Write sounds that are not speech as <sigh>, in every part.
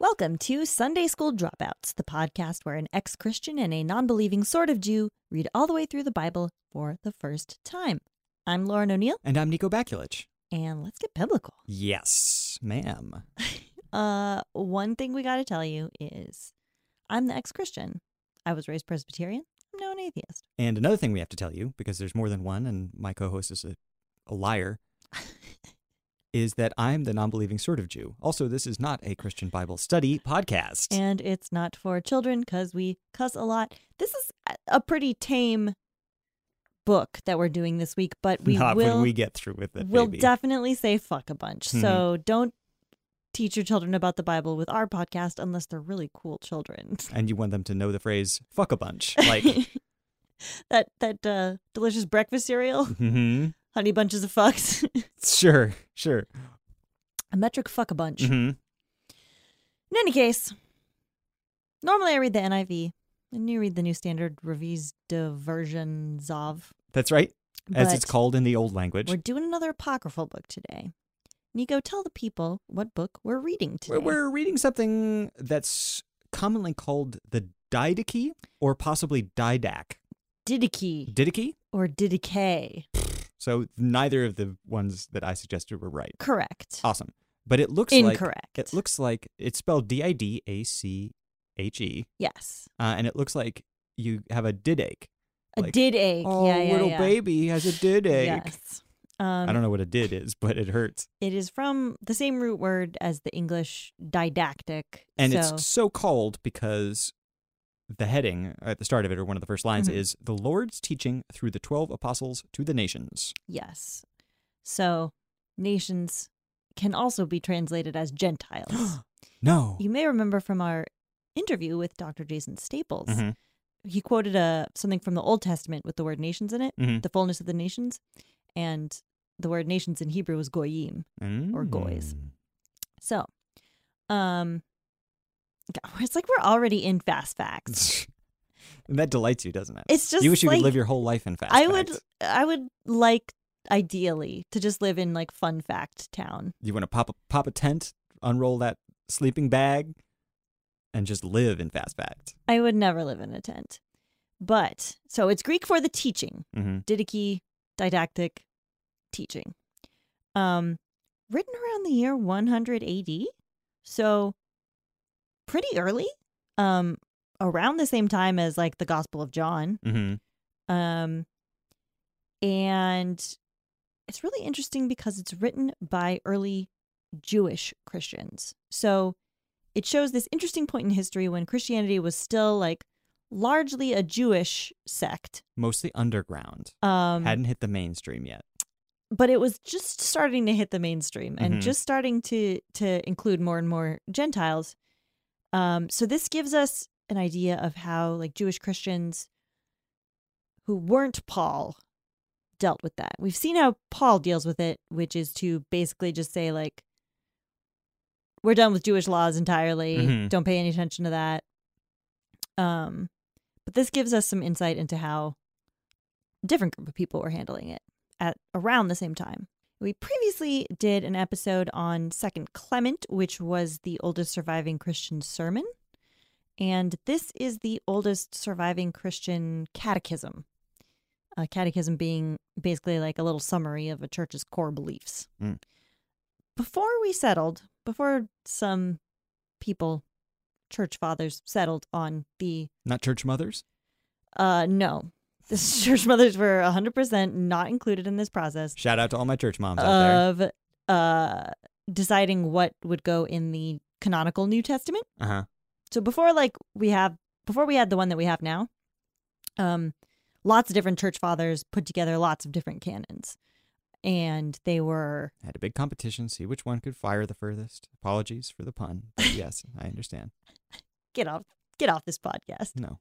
Welcome to Sunday School Dropouts, the podcast where an ex Christian and a non believing sort of Jew read all the way through the Bible for the first time. I'm Lauren O'Neill, And I'm Nico Bakulich. and let's get biblical. Yes, ma'am. Uh, one thing we got to tell you is I'm the ex Christian. I was raised Presbyterian. I'm now an atheist. And another thing we have to tell you, because there's more than one, and my co host is a, a liar, <laughs> is that I'm the non believing sort of Jew. Also, this is not a Christian Bible study podcast. <laughs> And it's not for children because we cuss a lot. This is a- a pretty tame book that we're doing this week, but we not will when we get through with it. we'll baby. definitely say fuck a bunch. So Mm-hmm. don't teach your children about the Bible with our podcast unless they're really cool children. <laughs> and you want them to know the phrase fuck a bunch. Like, that that uh, delicious breakfast <laughs> cereal, mhm. honey bunches of fucks, <laughs> sure, sure. a metric fuck a bunch. hmm In any case, normally I read the NIV and you read the New Standard Revised Version Zov. That's right, as but it's called in the old We're language. doing another apocryphal book today. Nico, tell the people what book we're reading today. We're, we're reading something that's commonly called the Didache or possibly Didac. Didache Didache? or Didache. So neither of the ones that I suggested were right. Correct. Awesome. But it looks like Incorrect. it looks like it's spelled D I D A C H E, yes. uh, and it looks like you have a did ache. A Like, did ache. Oh, yeah, yeah, little yeah. baby has a did ache. Yes. Um, I don't know what a did is, <laughs> but it hurts, It is from the same root word as the English didactic. and so it's so called because the heading at the start of it, or one of the first lines, Mhm. is the Lord's teaching through the twelve apostles to <gasps> the nations. yes. So nations can also be translated as <gasps> Gentiles. No. you may remember from our interview with Dr. Jason Staples. Mhm. He quoted a something from the Old Testament with the word nations in it, Mhm. the fullness of the nations, and the word nations in Hebrew was goyim. or goys. Mm. So, um, <laughs> it's like we're already in fast facts. <laughs> And that delights you, doesn't it? It's just you wish you like, could live your whole life in fast. I would, facts. I would like ideally to just live in like fun fact town. You want to pop a pop a tent, unroll that sleeping bag, and just live in fast fact. I would never live in a tent. But so it's Greek for the teaching, Mm-hmm. didache, didactic, teaching. Um, written around the year 100 AD, so pretty early. Um, around the same time as like the Gospel of John. Mm-hmm. Um, and it's really interesting because it's written by early Jewish Christians. So it shows this interesting point in history when Christianity was still like largely a Jewish sect. Mostly underground, Um, hadn't hit the mainstream yet. but it was just starting to hit the mainstream and Mhm. just starting to to include more and more Gentiles. Um, so this gives us an idea of how like Jewish Christians who weren't Paul dealt with that. We've seen how Paul deals with it, which is to basically just say like we're done with Jewish laws entirely. Mhm. Don't pay any attention to that. Um, but this gives us some insight into how different group of people were handling it at around the same time. We previously did an episode on Second Clement, which was the oldest surviving Christian sermon, and this is the oldest surviving Christian catechism. A catechism being basically like a little summary of a church's core beliefs. Mm. Before we settled, before some people, church fathers, settled on the Not church mothers. uh, no. <laughs> The church mothers were 100% not included in this process Shout out to all my church moms out there. of uh, deciding what would go in the canonical New Testament. Uh huh. So before like we have before we had the one that we have now, um lots of different church fathers put together lots of different canons. And they were Had a big competition, see which one could fire the furthest. Apologies for the pun, <laughs> but yes, I understand. get off get off this podcast. No.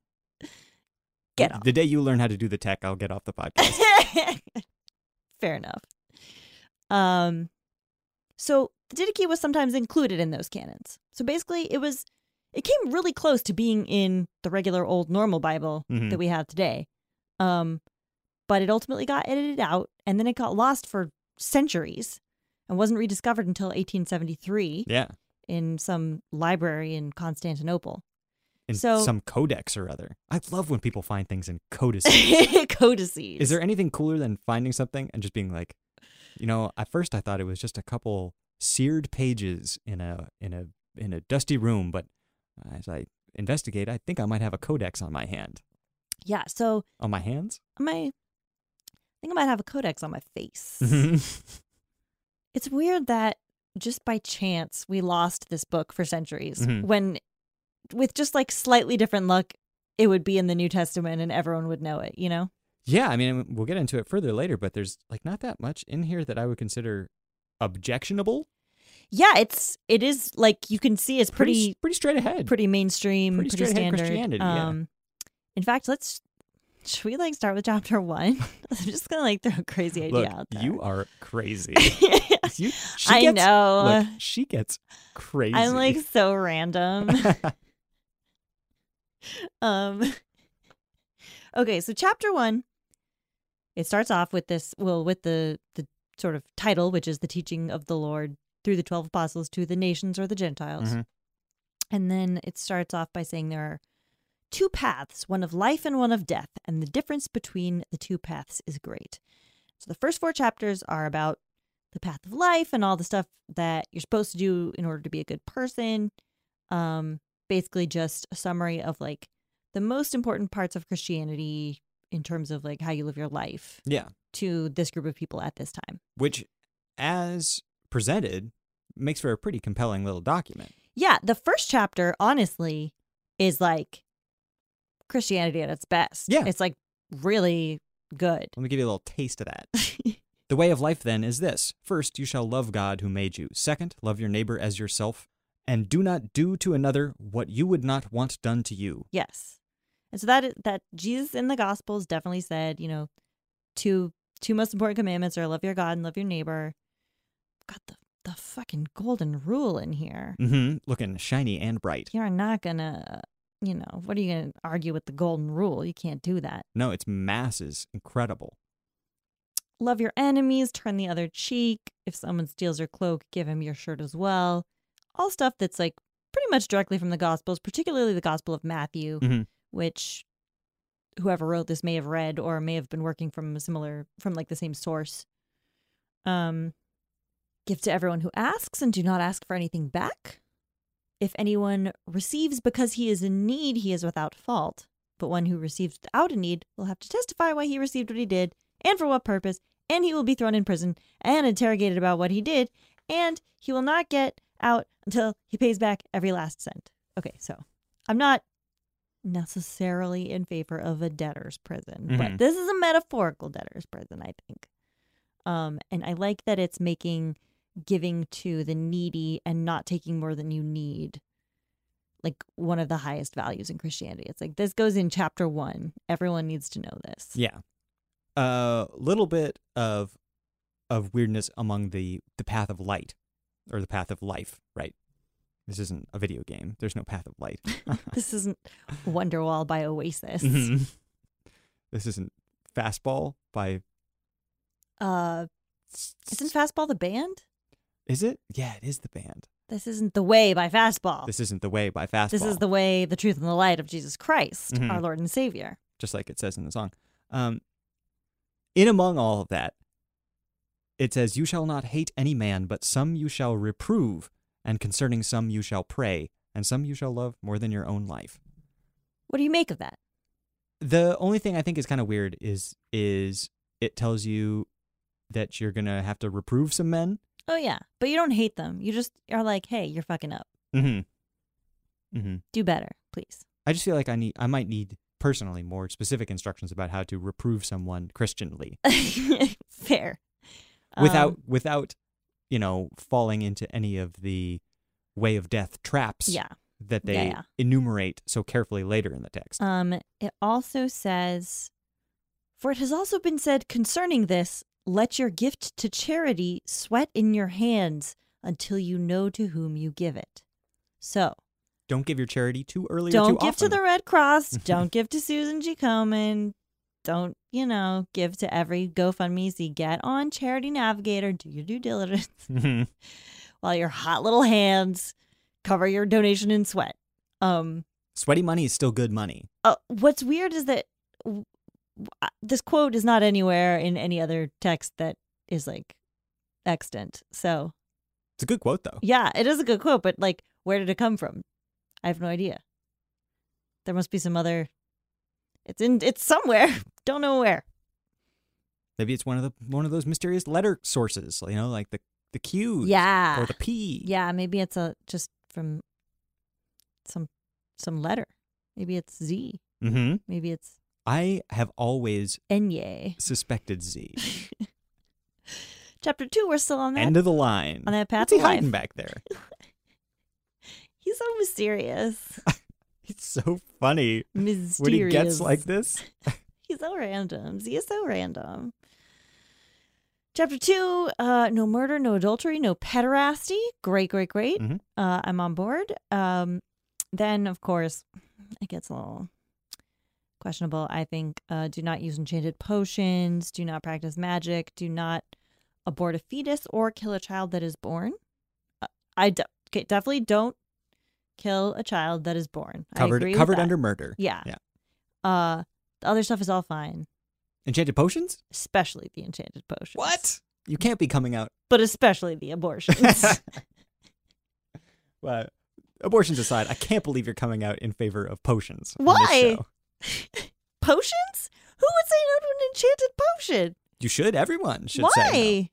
Get The- off. <laughs> The day you learn how to do the tech, I'll get off the podcast. Fair enough. Um, so the Didache was sometimes included in those canons. So basically, it was it came really close to being in the regular old normal Bible Mhm. that we have today. Um, but it ultimately got edited out, and then it got lost for centuries, and wasn't rediscovered until 1873. yeah. in some library in <laughs> Constantinople. <laughs> in So- some codex or other. I love when people find things in <laughs> codices. Codices. Is there anything cooler than finding something and just being like, you know, at first I thought it was just a couple seared pages in a in a in a dusty room, but as I investigate, I think I might have a codex on my hand. Yeah. So On <laughs> my hands? <laughs> my, I think I might have a codex on my face. Mhm. It's weird that just by chance we lost this book for centuries Mhm. when, with just like slightly different luck, it would be in the New Testament and everyone would know it, you know? yeah, I mean, we'll get into it further later, but there's like not that much in here that I would consider objectionable. Yeah, it's it is like you can see it's pretty, pretty s- pretty straight ahead. pretty mainstream, pretty pretty, straight-ahead standard. um, Christianity, yeah. in fact, let's should we like start with chapter one? <laughs> I'm just gonna like throw a crazy idea Look, out there. you are <laughs> crazy. You- she I gets know. Look, she gets crazy. I'm <laughs> like so random. um <laughs> Okay, so chapter 1 it starts off with this well with the the sort of title which is the teaching of the Lord through the 12 apostles to the nations or the Gentiles. Mhm. And then it starts off by saying there are two paths, one of life and one of death, and the difference between the two paths is great. So the first four chapters are about the path of life and all the stuff that you're supposed to do in order to be a good person. Um, basically, just a summary of like the most important parts of Christianity in terms of like how you live your life yeah, to this group of people at this time. which, as presented, makes for a pretty compelling little document. Yeah, the first chapter, honestly, is like Christianity at its best. Yeah. It's like really good. <laughs> Let me give you a little taste of that. the way of life then is this: first, you shall love God who made you. Second, love your neighbor as yourself, and do not do to another what you would not want done to you. Yes. And so that that Jesus in the Gospels definitely said, you know, two two most important commandments are love your God and love your neighbor. Got the the fucking golden rule in here. Mm-hmm. Looking shiny and bright. You're not gonna, you know, what are you gonna argue with the golden rule? You can't do that. No, it's masses. Incredible. Love your enemies, turn the other cheek. If someone steals your cloak, give him your shirt as well. All stuff that's like pretty much directly from the Gospels, particularly the Gospel of Matthew, Mhm. which whoever wrote this may have read or may have been working from a similar, from like the same source. Um, give to everyone who asks and do not ask for anything back. If anyone receives because he is in need, he is without fault. But one who receives without a need will have to testify why he received what he did and for what purpose, and he will be thrown in prison and interrogated about what he did, and he will not get out until he pays back every last cent. Okay, so I'm not necessarily in favor of a debtor's prison, Mhm. but this is a metaphorical debtor's prison, I think. Um, and I like that it's making giving to the needy and not taking more than you need like one of the highest values in Christianity. It's like this goes in chapter one. Everyone needs to know this. Yeah. A little bit of of weirdness among the the path of light or the path of life, right? This isn't a video game. There's no path of <laughs> light. <laughs> This isn't Wonderwall by Oasis. Mhm. This isn't fastball by Uh, isn't Fastball the band? Is it? Yeah, it is the band. This isn't the way by Fastball. This isn't the way by fastball. Oh. This is the way, the truth, and the light of Jesus Christ, Mhm. our Lord and Savior. just like it says in the song. Um, in among all of that, it says, You shall not hate any man, but some you shall reprove, and concerning some you shall pray, and some you shall love more than your own life. What do you make of that? The only thing I think is kind of weird is is it tells you that you're gonna have to reprove some men. Oh yeah, but you don't hate them. You just are like, hey, you're fucking up. Mm-hmm. Mm-hmm. Do better, please. <laughs> I just feel like I need I might need personally more specific instructions about how to reprove someone Christianly. Fair. Um, without without you know falling into any of the way of death traps yeah. that Yeah, they yeah. enumerate so carefully later in the text. Um, it also says, For it has also been said concerning this, let your gift to charity sweat in your hands until you know to whom you give it. So don't give your charity too early or don't too give to often. the Red <laughs> Cross. don't give to Susan G. Komen. Don't, you know, give to every GoFundMe. See, get on Charity Navigator. Do your due diligence <laughs> Mhm. while your hot little hands cover your donation in sweat. Um, <laughs> Sweaty money is still good money. uh, what's weird is that w- w- uh, this quote is not anywhere in any other text that is like extant. So It's a good quote, though. yeah, it is a good quote, but like, where did it come from? I have no idea. There must be some other. It's in. It's somewhere. <laughs> Don't know where. Maybe it's one of the one of those mysterious letter sources, you know, like the the Q Yeah. or the P. Yeah, maybe it's a just from some some letter. Maybe it's Z. Mm-hmm. Maybe it's I have always Enye. suspected <laughs> Z. Chapter two, we're still on that. End of the line. on that path What's he of life. hiding back there? <laughs> He's so mysterious. It's so funny Mysterious. <laughs> when he gets like this. He's so random. Z is so random. Chapter two, uh, no murder, no adultery, no pederasty. Great, great, great. Mhm. Uh, I'm on board. Um, then, of course, it gets a little questionable. I think uh, do not use enchanted potions, do not practice magic, do not abort a fetus or kill a child that is born. Uh, I de- okay, definitely don't kill a child that is born. I Covered agree with covered that. under murder. Yeah. Yeah. Uh, the other stuff is all fine, Enchanted potions? especially the enchanted potions. What? You can't be <laughs> coming out. <laughs> But especially the abortions. Well, abortions aside, I can't believe you're coming out in favor of potions. on this Why? show. potions? Who would say no to an enchanted potion? You should. Everyone should Why? say. no.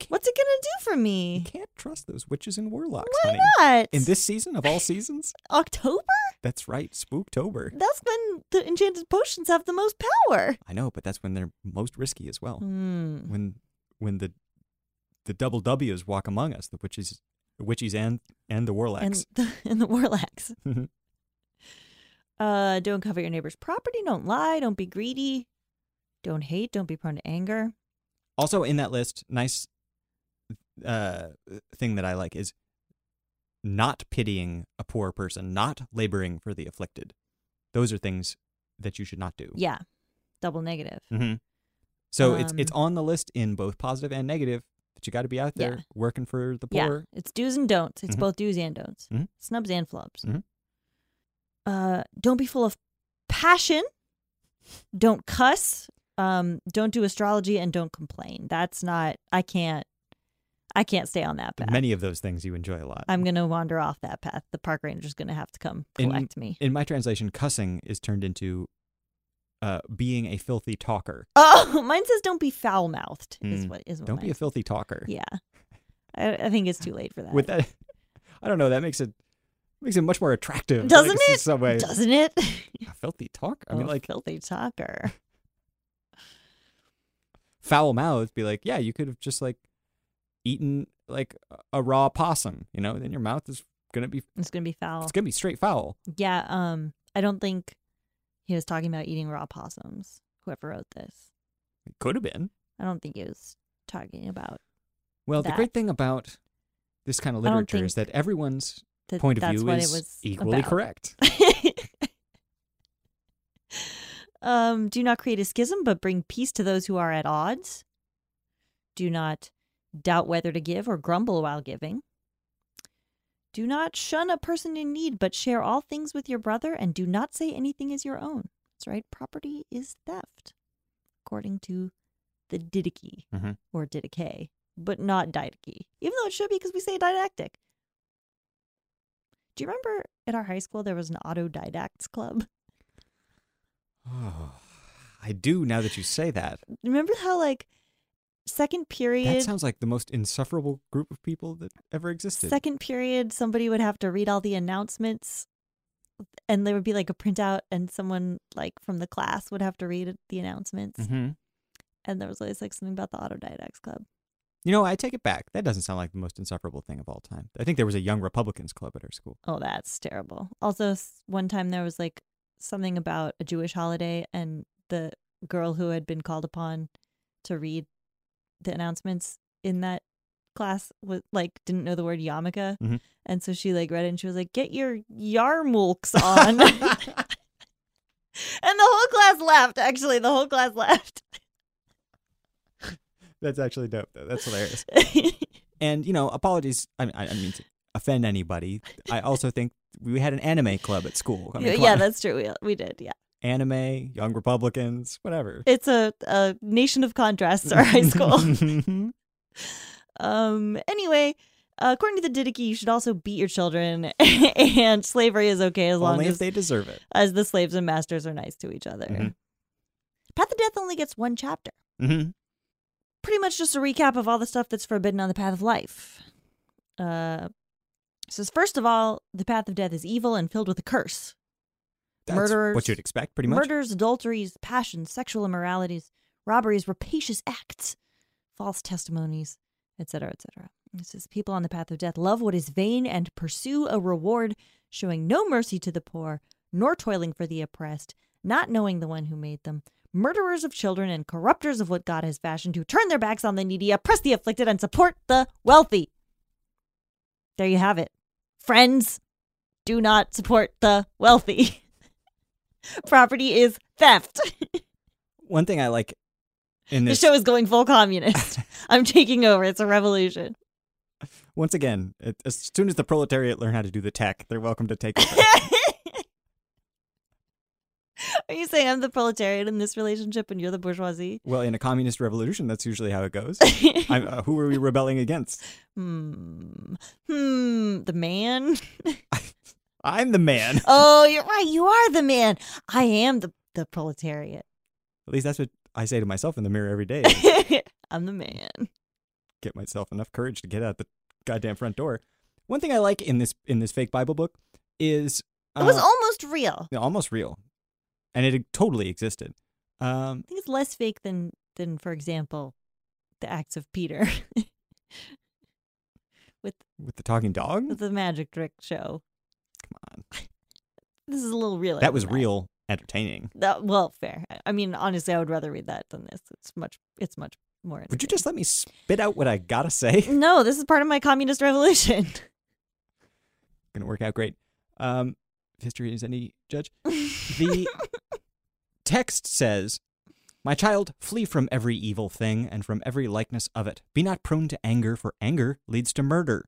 can't- What's it gonna do for You me? can't trust those witches and warlocks, Why honey. not? In this season of all seasons, October? that's right, Spooktober. That's when the enchanted potions have the most power. I know, but that's when they're most risky as well. Hmm. When when the the double W's walk among us, the witches, witches and and the warlocks. And the, <laughs> and the <laughs> warlocks. Mhm. uh, don't cover your neighbor's property. Don't lie. Don't be greedy. Don't hate. Don't be prone to anger. also in that list, nice uh, thing that I like is not pitying a poor person, not laboring for the afflicted. Those are things that you should not do. Yeah. Double negative. hmm So it's it's Um, on the list in both positive and negative that you got to be out there Yeah. working for the Yeah, poor. it's do's and don'ts. It's Mhm. both do's and don'ts, Mhm. snubs and flubs. Mhm. Mm-hmm. Uh, don't be full of passion. Don't cuss. Um, don't do astrology and don't complain. That's not. I can't. I can't stay on that path. Many of those things you enjoy a lot. I'm gonna wander off that path. The park ranger's gonna have to come In- collect me. in my translation, cussing is turned into uh, being a filthy talker. Oh, <laughs> mine says don't be foul mouthed. Is Mm. what is what Don't be a mine- filthy talker. yeah. I, I think it's too late for that. With that, <laughs> I don't know. That makes it makes it much more attractive. I think, Doesn't in it? some ways. Doesn't it? A filthy talk. I mean, Oh, like filthy talker. foul mouth. Be like, yeah, you could have just like eaten like a raw possum. You know, then your mouth is gonna be It's gonna be foul. it's gonna be straight foul. Yeah, um, I don't think he was talking about eating raw possums. Whoever wrote this, It could have been. I don't think he was talking about Well, the that- great thing about this kind of I don't literature is that everyone's that. point of that's view what is it was equally about. correct. <laughs> <laughs> um, do not create a schism, but bring peace to those who are at odds. Do not doubt whether to give or grumble while giving. Do not shun a person in need, but share all things with your brother, and do not say anything is your own. That's right. Property is theft, according to the Didache Mhm. or Didache, but not Didache, even though it should be because we say didactic. Do you remember at our high school there was an autodidacts club? Oh, I do now that you say that. Remember how like second That period sounds like the most insufferable group of people that ever existed. second period somebody would have to read all the announcements and there would be like a printout and someone like from the class would have to read the announcements Mhm. and there was always like something about the autodidacts club. You know, I take it back. That doesn't sound like the most insufferable thing of all time. I think there was a Young Republicans club at our school. Oh, that's terrible. Also s- one time there was like something about a Jewish holiday and the girl who had been called upon to read the announcements in that class was like didn't know the word yarmulke Mhm. and so she like read it and she was like get your yarmulks <laughs> on <laughs> and the whole class laughed actually the whole class <laughs> laughed That's actually dope, though. That's hilarious. And you know, apologies. I mean, I, I mean, to offend anybody. I also think we had an anime club at school. I mean, Yeah, come yeah, on. that's true. We we did. Yeah, anime, Young Republicans, whatever. it's a, a nation of contrasts. Our <laughs> high school. Um. Anyway, uh, according to the Didicky, you should also beat your children, <laughs> and slavery is okay as long Only as if they deserve it. as the slaves and masters are nice to each other. Mhm. Path of Death only gets one chapter. Mm-hmm. hmm Pretty much just a recap of all the stuff that's forbidden on the Path of Life. Uh, says first of all, the Path of Death is evil and filled with a curse. That's Murderers- what you'd expect, pretty much. Murders, adulteries, passions, sexual immoralities, robberies, rapacious acts, false testimonies, etc., etc. It says people on the path of death love what is vain and pursue a reward, showing no mercy to the poor, nor toiling for the oppressed, not knowing the one who made them. Murderers of children and corrupters of what God has fashioned, who turn their backs on the needy, oppress the afflicted, and support the wealthy. There you have it. Friends, do not support the wealthy. <laughs> Property is theft. <laughs> One thing I like in The this show is going full communist. <laughs> I'm taking over. It's a revolution. <laughs> once again, it, as soon as the proletariat learn how to do the tech, they're welcome to take it. Are you saying I'm the proletariat in this relationship and you're the bourgeoisie? well, in a communist revolution, that's usually how it <laughs> goes. hmm. I'm, uh, who are we rebelling against? Hmm. The man? <laughs> I'm the man. At Oh, you're right. You are the man. I am the, the proletariat. <laughs> least that's what I say to myself in the mirror every day. I'm the man. <laughs> get myself enough courage to get out the goddamn front door. One thing I like in this in this fake Bible book is It was uh, almost real. Yeah, almost real, and it totally existed. Um, I think it's less fake than than, for example, the acts of Peter <laughs> with the talking dog, with the magic trick show. come on, <laughs> This is a little real. that was real entertaining. That, well, fair. I- I mean, honestly, I would rather read that than this. It's much. It's much more. Would you just let me spit out what I <laughs> gotta say? entertaining. No, this is part of my communist revolution. <laughs> Gonna work out great. Um, if history is any judge. The <laughs> text says, My child, flee from every evil thing and from every likeness of it. Be not prone to anger, for anger leads to murder.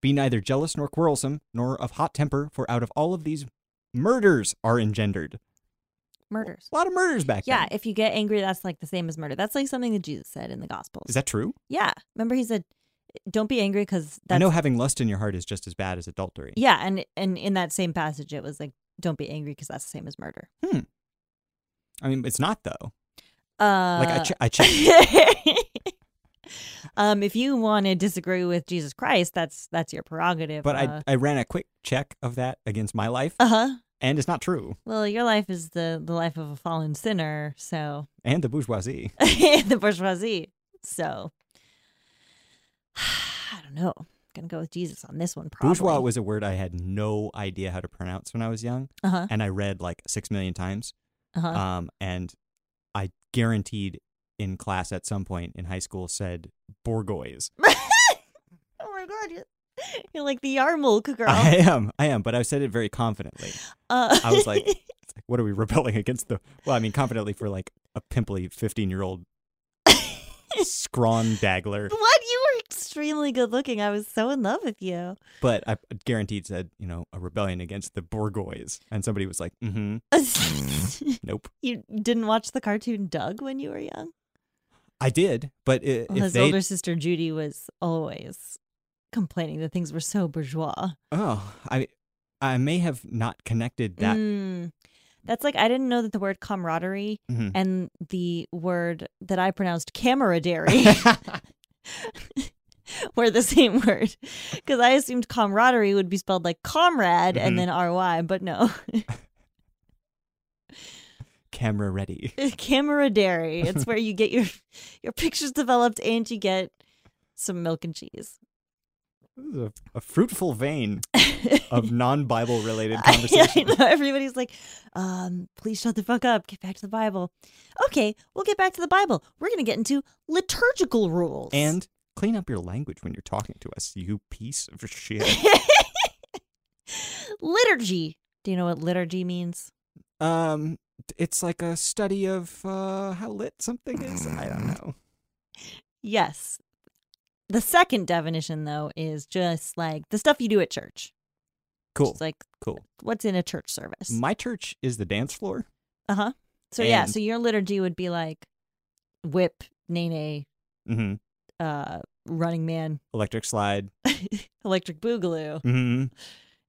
Be neither jealous nor quarrelsome, nor of hot temper, for out of all of these, murders are engendered. Murders. A lot of murders back Yeah, then. if you get angry, that's like the same as murder. That's like something that Jesus said in the Gospels. Is that true? yeah, remember he said, "Don't be angry," because I that's know having lust in your heart is just as bad as adultery. <laughs> yeah, and and in that same passage, it was like, "Don't be angry," because that's the same as murder. I mean, it's not, though. Uh, Like, I, <laughs> che- I checked. <laughs> um, if you want to disagree with Jesus Christ, that's that's your prerogative. But uh, I, I ran a quick check of that against my life, uh huh. and it's not true. Well, your life is the the life of a fallen sinner, so <laughs> And the bourgeoisie. the bourgeoisie. So <sighs> I don't know. Gonna go with Jesus on this one, probably. Bourgeois was a word I had no idea how to pronounce when I was young, uh-huh, and I read like six million times. uh-huh. Um, and I guaranteed in class at some point in high school said <laughs> bourgeois. <laughs> oh my god, you're, you're like the Yarmulke girl. <laughs> I am, I am, but I said it very confidently. uh, I was <laughs> like, it's like, what are we <laughs> rebelling against? The well, I mean, confidently for like a <laughs> pimply fifteen-year-old scrawn daggler, what? You were extremely good looking. I was so in love with you. but I guaranteed said, you know, a rebellion against the bourgeois, and somebody was like, mm-hmm, nope. <laughs> you didn't watch the cartoon Doug when you were young. I did, but i Well, if his they, older sister Judy was always complaining that things were so bourgeois. oh, I, I may have not connected that. Mm. That's like I didn't know that the word camaraderie Mhm. and the word that I pronounced <laughs> camaraderie <laughs> were the same word because I assumed camaraderie would be spelled like comrade Mhm. and then ry, but no, <laughs> camera ready. camaraderie. <laughs> It's where you get your your pictures developed and you get some milk and cheese. This is a, a fruitful <laughs> vein <laughs> of non-Bible related I, I conversation. know everybody's like, um, please shut the fuck up. Get back to the Bible. Okay, we'll get back to the Bible. We're gonna get into liturgical rules and clean up your language when you're talking to us, you piece of shit. <laughs> liturgy. Do you know what liturgy means? um, it's like a study Mm. of uh, how lit something is. I don't know. Yes. The second definition, though, is just like the stuff you do at church. Cool. It's like cool. what's in a church service. My church is the dance floor. Uh huh. So yeah, And- so your liturgy would be like whip, nene, hmm uh, running man, Electric slide. electric boogaloo, <laughs> hmm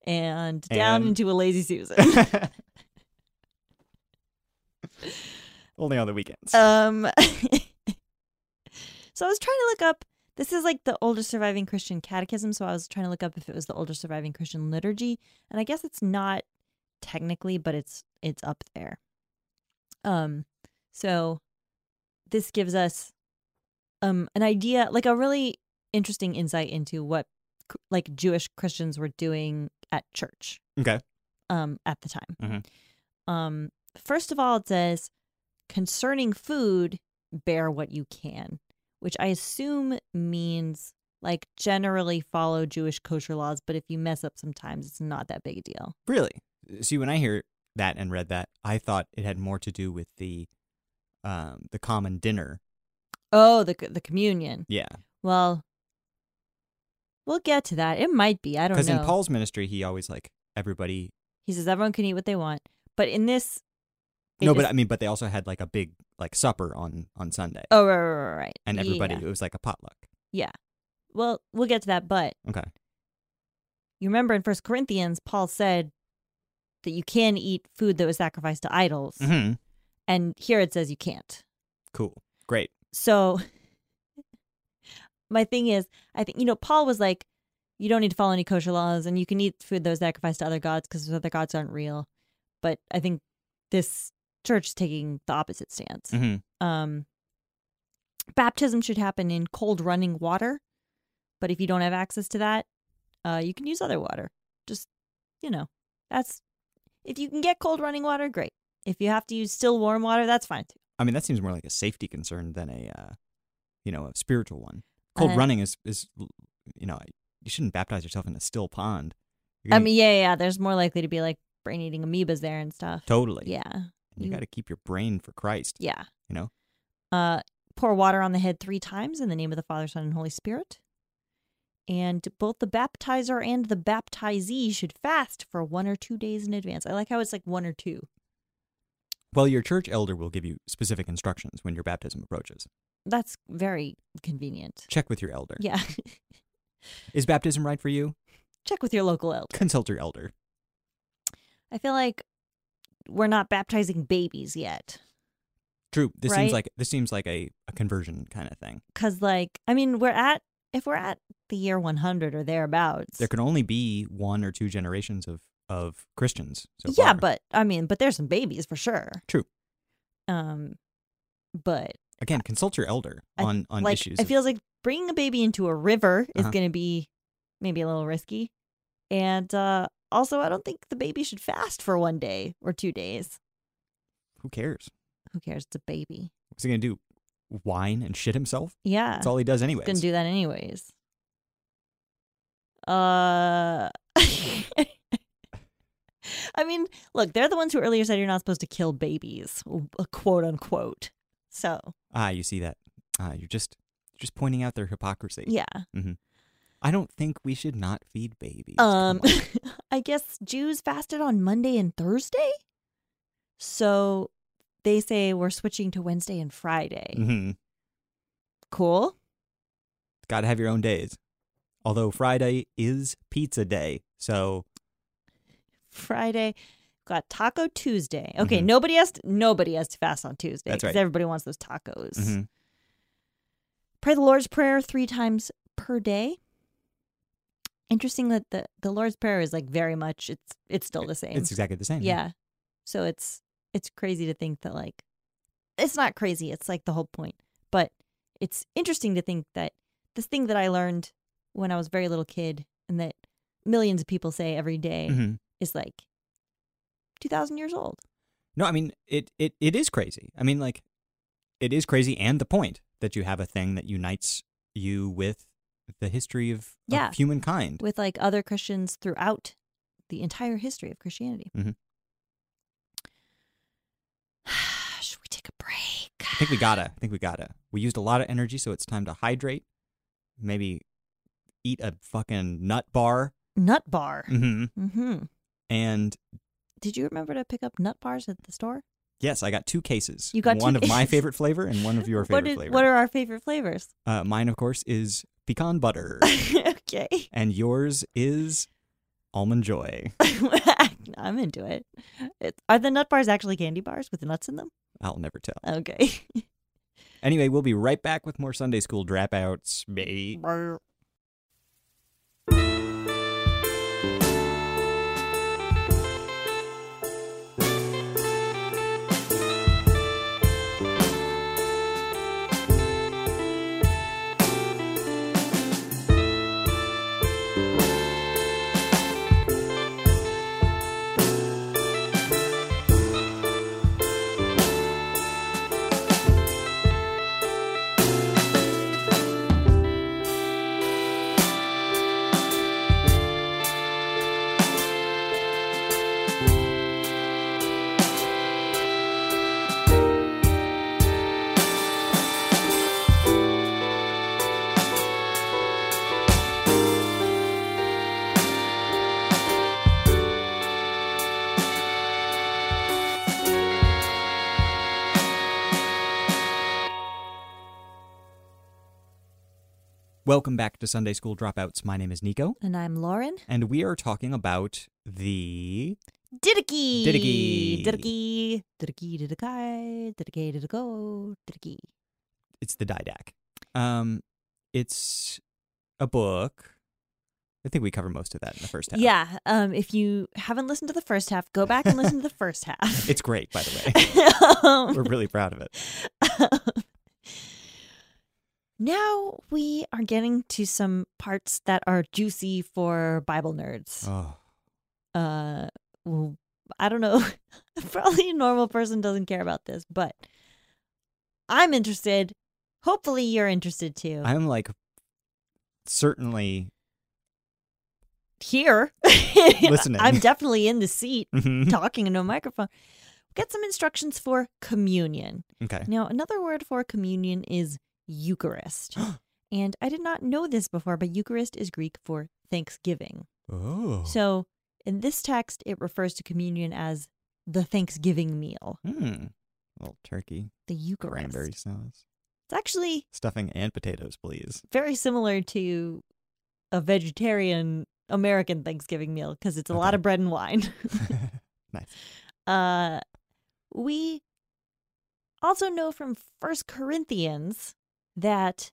and down And- into a lazy susan. <laughs> Only on the weekends. um, <laughs> so I was trying to look up. This is like the oldest surviving Christian catechism, so I was trying to look up if it was the oldest surviving Christian liturgy, and I guess it's not technically, but it's it's up there. Um, so this gives us um an idea, like a really interesting insight into what cr- like Jewish Christians were doing at church. Okay. Um, at the time. Mhm. Um, first of all, it says concerning food, bear what you can, which I assume means like generally follow Jewish kosher laws, but if you mess up sometimes, it's not that big a deal. Really? Uh, See, when I hear that and read that, I thought it had more to do with the um, the common dinner. Oh, the the communion. Yeah, Well, we'll get to that. It might be. I don't because know. in Paul's ministry, he always like everybody. he says everyone can eat what they want, but in this, it no, is- but I mean, but they also had like a big like supper on on Sunday, oh, right, right, right, right. and everybody Yeah. it was like a potluck. Well, we'll get to that, but Okay. you remember in First Corinthians, Paul said that you can eat food that was sacrificed to idols, Mm-hmm. and here it says you can't. Cool. Great. So <laughs> my thing is, I think you know, Paul was like, you don't need to follow any kosher laws, and you can eat food that was sacrificed to other gods because those other gods aren't real. But I think this church is taking the opposite stance. Mm-hmm. Um, baptism should happen in cold running water, but if you don't have access to that, uh, you can use other water. Just you know, that's if you can get cold running water, great. If you have to use still warm water, that's fine too. I mean, that seems more like a safety concern than a uh, you know a spiritual one. Cold Uh, running is is you know you shouldn't baptize yourself in a still pond. You're I gonna- mean, yeah, yeah, yeah. There's more likely to be like brain eating amoebas there and stuff. totally. Yeah, Mm. You you- got to keep your brain for Christ. yeah. You know? Uh, pour water on the head three times in the name of the Father, Son, and Holy Spirit. And both the baptizer and the baptizee should fast for one or two days in advance. I like how it's like one or two. Well, your church elder will give you specific instructions when your baptism approaches. That's very convenient. Check with your elder. Yeah. <laughs> Is baptism right for you? Check with your local elder. Consult your elder. I feel like we're not baptizing babies yet. True. This Right. seems like this seems like a, a conversion kind of thing. Cause like, I mean, we're at, if we're at the year 100 or thereabouts. There can only be one or two generations of of Christians. So yeah, far. but I mean, but there's some babies for sure. True. Um, but again, consult your elder I- on on like, issues. it feels like bringing a baby into a river is Uh-huh. going to be maybe a little risky, and uh, also I don't think the baby should fast for one day or two days. Who cares? Who cares? It's a baby. What's he gonna do? Whine and shit himself? Yeah, That's all he does anyways. going to Uh, do that anyways. Uh. <laughs> I mean, look, they're the ones who earlier said you're not supposed to kill babies, quote unquote. So, ah, you see that? Ah, you're just you're just pointing out their hypocrisy. yeah. I don't think we should not feed babies. Um, Come on. <laughs> I guess Jews fasted on Monday and Thursday, so they say we're switching to Wednesday and Friday. <laughs> Mhm. Cool. got to have your own days. Although Friday is pizza day, so Friday got Taco Tuesday. Okay, Mhm. nobody has to, nobody has to fast on Tuesday That's right. everybody wants those tacos. Mhm. Pray the Lord's Prayer three times per day. Interesting that the the Lord's Prayer is like very much it's it's still the same. it's exactly the same. Yeah. So it's it's crazy to think that like it's not crazy, it's like the whole point. But it's interesting to think that this thing that I learned when I was a very little kid and that millions of people say every day Mhm. is like 2000 years old. No, I mean it, it. It is crazy. I mean, like, it is crazy, and the point that you have a thing that unites you with the history of, of Yeah. humankind. with like other Christians throughout the entire history of Christianity. Mhm. <sighs> Should we take a break? I think we gotta. I think we gotta. We used a lot of energy, so it's time to hydrate maybe eat a fucking nut <laughs> bar. Nut bar. Mm-hmm. hmm And Did you remember to pick up nut bars at the store? yes, I got two cases. You got two one of my cases. favorite flavor <laughs> and one of your favorite what, is, flavor. what are our favorite flavors? <laughs> uh, mine, of course, is pecan butter, okay. <laughs> and yours is almond joy. I'm into it. It- Are the nut bars actually candy bars with nuts in them? I'll never tell. Okay. Anyway, we'll be right back with more Sunday school dropouts. Baby. Welcome back to Sunday School Dropouts. My name is Nico, <laughs> And I'm Lauren. and we are talking about the Didicky. Didicky. Didicky. Didicky, didikai. Didicky, didico. Didicky. it's the Didac. Um, it's a book. I think we cover most of that in the first half. Yeah. Um, if you haven't listened to the first half, go back and listen to the <laughs> first half. it's great, by the way. <laughs> We're um, really proud of it. <laughs> now we are getting to some parts that are juicy for Bible nerds. Oh, uh well, I don't know. <laughs> Probably a normal person doesn't care about this, but I'm interested. Hopefully you're interested too. I'm like certainly Here. <laughs> Listening. <laughs> I'm definitely in the seat Mhm. talking into a microphone. Get some instructions for communion. okay. Now, another word for communion is <gasps> Eucharist. and I did not know this before, but Eucharist is Greek for thanksgiving. Oh, So, in this text, it refers to communion as the thanksgiving meal, Hmm. little turkey, the Eucharist. cranberry sauce, It's actually stuffing, and potatoes, <laughs> please. <laughs> very similar to a vegetarian American Thanksgiving meal because it's a lot Okay. of bread and wine. <laughs> nice. Uh, we also know from First Corinthians that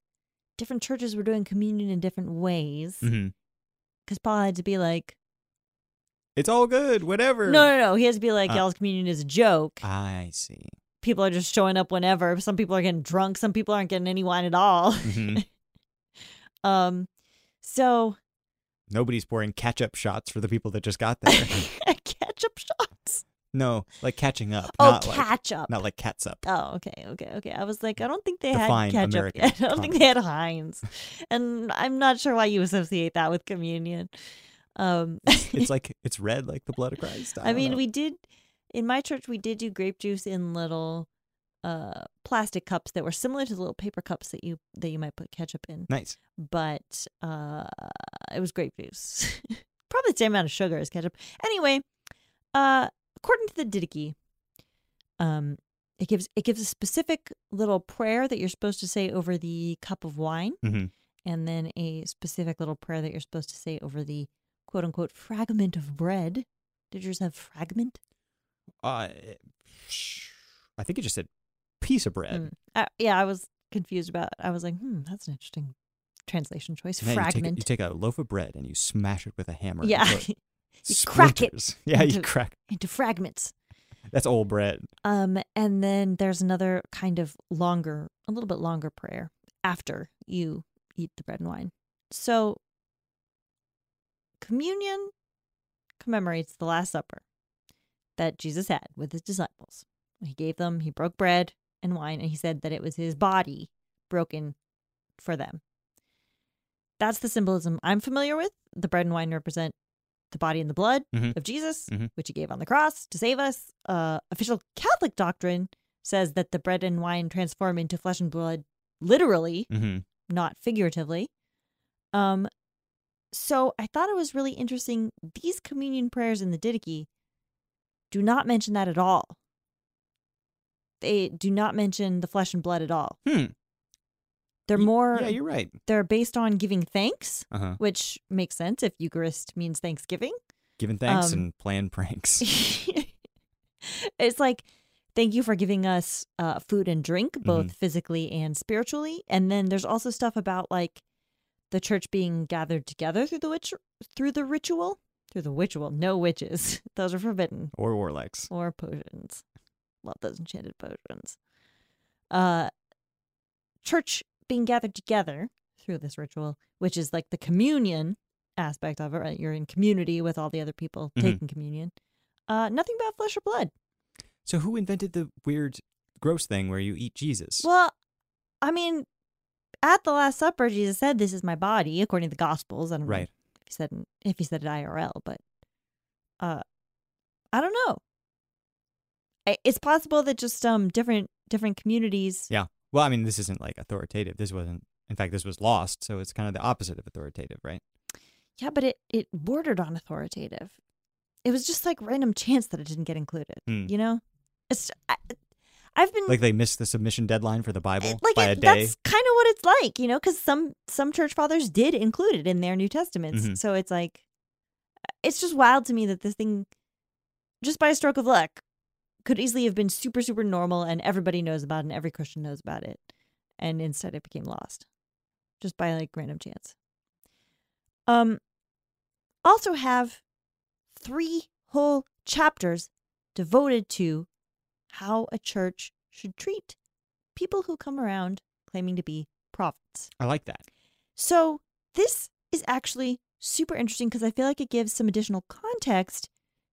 different churches were doing communion in different ways because Mhm. Paul had to be like, It's all good. no, Whatever. no, no. He has to be like, Uh. y'all's communion is a joke. I see. people are just showing up whenever. Some people are getting drunk. Some people aren't getting any wine at all. <laughs> Mhm. Um, so <laughs> <laughs> Nobody's pouring catch-up shots for the people that just got <laughs> there. ketchup shots. no, like catching up. Oh, not like, ketchup. not like <laughs> cats up. Oh, okay, okay, okay. I was like, I don't think they Define had ketchup. American yet. <laughs> I don't think they had Heinz, and I'm not sure why you associate that with communion. Um, it's like it's red like the blood of Christ. I, I don't mean, know. we did in my church. We did do grape juice in little uh plastic cups that were similar to the little paper cups that you that you might put ketchup in. nice. but uh, it was grape juice. <laughs> Probably the same amount of sugar as ketchup. Anyway, uh, according to the Didache, um, it gives it gives a specific little prayer that you're supposed to say over the cup of wine, Mhm. and then a specific little prayer that you're supposed to say over the quote unquote fragment of bread. Did yours have fragment? Uh, I think it just said piece of bread. Mm. Uh, yeah, I was confused about. I was like, hmm, that's an interesting translation choice. Yeah, you take- Fragment. You take, a loaf of bread and you smash it with a hammer. yeah, until it <laughs> You crack it splinters. <laughs> Yeah, you into- crack. into fragments. That's old bread. Um, and then there's another kind of longer, a little bit longer prayer after you eat the bread and wine. So, communion commemorates the Last Supper that Jesus had with his disciples. He gave them, he broke bread and wine, and he said that it was his body broken for them. That's the symbolism I'm familiar with. The bread and wine represent the body and the blood Mhm. of Jesus, Mhm. which he gave on the cross to save us. Uh, official Catholic doctrine says that the bread and wine transform into flesh and blood literally, Mm-hmm. not figuratively. Um, so I thought it was really interesting. These communion prayers in the Didache do not mention that at all. They do not mention the flesh and blood at all. Hmm. They're Y- more Yeah, you're right. they're based on giving thanks, Uh huh. which makes sense if Eucharist means Thanksgiving. Giving thanks Um, and playing pranks. <laughs> it's like thank you for giving us uh, food and drink both physically and spiritually and then there's also stuff about like the church being gathered together through the witch through the ritual through the ritual no witches <laughs> those are forbidden Or warlocks. or potions love those enchanted potions uh church being gathered together through this ritual which is like the communion aspect of it right you're in community with all the other people Mhm. taking communion uh nothing about flesh or blood So who invented the weird, gross thing where you eat Jesus? Well, I mean, at the Last Supper, Jesus said, "This is my body," according to the Gospels. I don't right. know if he said if he said it IRL, but uh, I don't know. I- It's possible that just um different different communities. Yeah. Well, I mean, this isn't like authoritative. This wasn't. In fact, this was lost, so it's kind of the opposite of authoritative, right? Yeah, but it it bordered on authoritative. It was just like random chance that it didn't get included. Hmm. You know, it's I, I've been eh, Like they missed the submission deadline for the Bible like by Hmm. it, a day. that's kind of what it's like you know because some some church fathers did include it in their new testaments Mhm. so it's like it's just wild to me that this thing just by a stroke of luck could easily have been super super normal and everybody knows about it and every christian knows about it and instead it became lost just by like random chance um also have three whole chapters devoted to how a church should treat people who come around claiming to be prophets. I like that. So, this is actually super interesting because I feel like it gives some additional context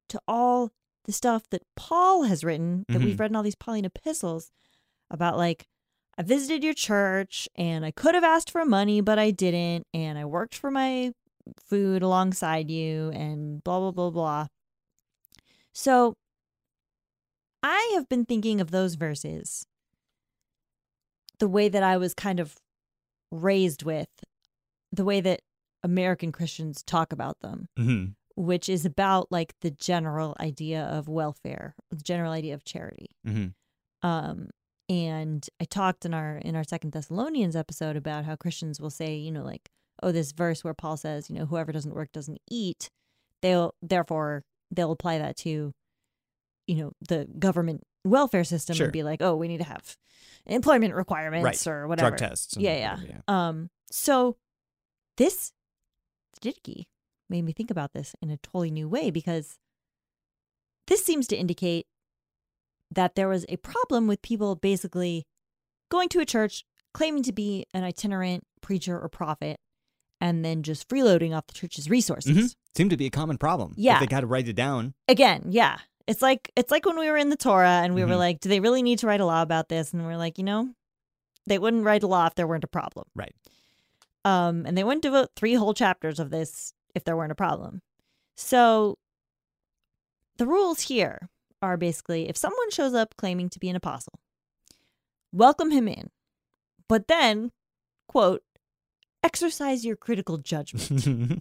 to all the stuff that Paul has written that we've Mhm. read in all these Pauline epistles about like I visited your church and I could have asked for money but I didn't and I worked for my food alongside you and blah blah blah blah. So, I have been thinking of those verses the way that I was kind of raised with, the way that American Christians talk about them, hmm which is about like the general idea of welfare, the general idea of charity. hmm Um, and I talked in our in our Second Thessalonians episode about how Christians will say, you know, like, oh, this verse where Paul says, you know, whoever doesn't work doesn't eat. They'll therefore they'll apply that to, you know, the government welfare system Sure. and be like, oh, we need to have employment requirements or whatever. Drug tests. and Yeah, yeah. whatever, Um, so this Didke made me think about this in a totally new way because this seems to indicate that there was a problem with people basically going to a church claiming to be an itinerant preacher or prophet and then just freeloading off the church's resources. Mhm. Seemed to be a common problem. If Yeah. they got to write it down. <laughs> Again, yeah. It's like it's like when we were in the Torah and we were Mhm. like, do they really need to write a law about this? And we're like, you know, they wouldn't write a law if there weren't a problem. Right. Um, and they wouldn't devote three whole chapters of this if there weren't a problem. So the rules here are basically if someone shows up claiming to be an apostle, welcome him in, but then, quote, exercise your critical judgment. Mm-hmm.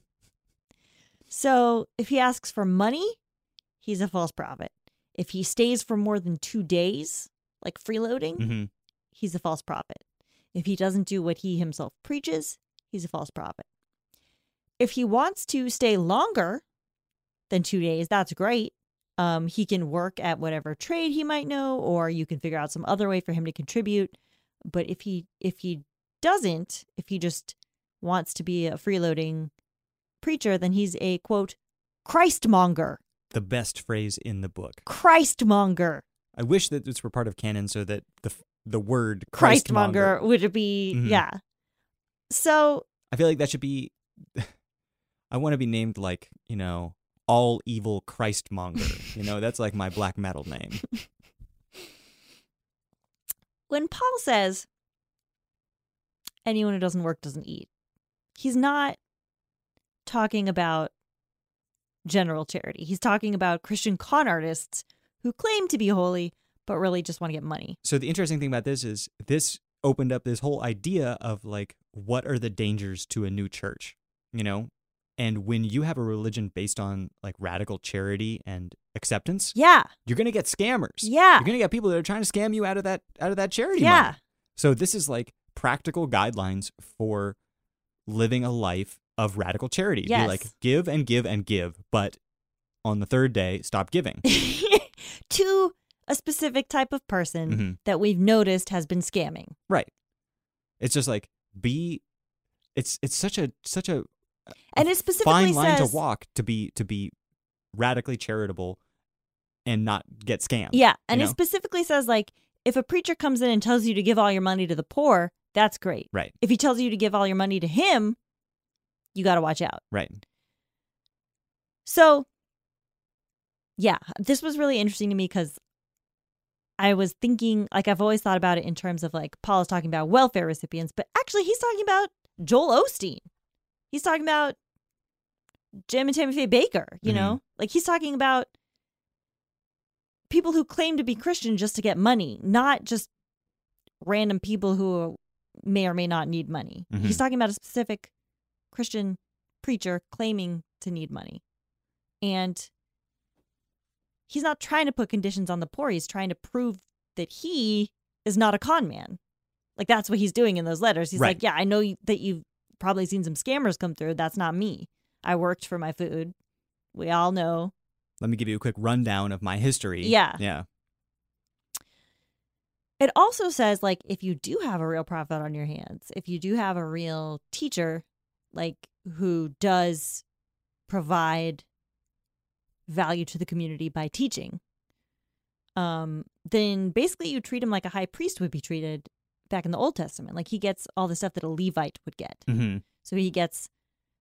so if he asks for money, he's a false prophet. If he stays for more than two days, like freeloading, hmm he's a false prophet. If he doesn't do what he himself preaches, he's a false prophet. If he wants to stay longer than two days, that's great. Um, he can work at whatever trade he might know, or you can figure out some other way for him to contribute. But if he if he doesn't, if he just wants to be a freeloading preacher, then he's a quote Christmonger. The best phrase in the book. Christmonger. I wish that this were part of canon so that the f- the word Christmonger. Christmonger would be Mhm. yeah. So I feel like that should be. <laughs> I want to be named like you know all evil Christmonger. you know that's like my black metal <laughs> name. when Paul says anyone who doesn't work doesn't eat, he's not talking about general charity. He's talking about Christian con artists who claim to be holy but really just want to get money. So the interesting thing about this is this opened up this whole idea of like what are the dangers to a new church you know? And when you have a religion based on like radical charity and acceptance, Yeah. you're going to get scammers. Yeah. You're going to get people that are trying to scam you out of that out of that charity money. Yeah. So this is like practical guidelines for living a life of radical charity. Be Yes. like give and give and give, but on the third day, <laughs> stop giving. to a specific type of person Mhm. that we've noticed has been scamming. right. It's just like be. It's it's such a such a And it specifically fine line says to walk to be to be radically charitable and not get scammed. Yeah, and you it know? specifically says like if a preacher comes in and tells you to give all your money to the poor, that's great. Right. If he tells you to give all your money to him, you got to watch out. Right. So, yeah, this was really interesting to me because I was thinking, like, I've always thought about it in terms of like Paul is talking about welfare recipients, but actually, he's talking about Joel Osteen. He's talking about Jim and Timothy Baker, you know? Like, he's talking about people who claim to be Christian just to get money, not just random people who may or may not need money. He's talking about a specific Christian preacher claiming to need money. And he's not trying to put conditions on the poor. He's trying to prove that he is not a con man. Like that's what he's doing in those letters. He's Right. like, yeah, I know you, that you've probably seen some scammers come through. That's not me. I worked for my food. We all know. Let me give you a quick rundown of my history. Yeah. Yeah. It also says like if you do have a real prophet on your hands, if you do have a real teacher like who does provide value to the community by teaching, um, then basically you treat him like a high priest would be treated back in the Old Testament. Like he gets all the stuff that a Levite would get. hmm So he gets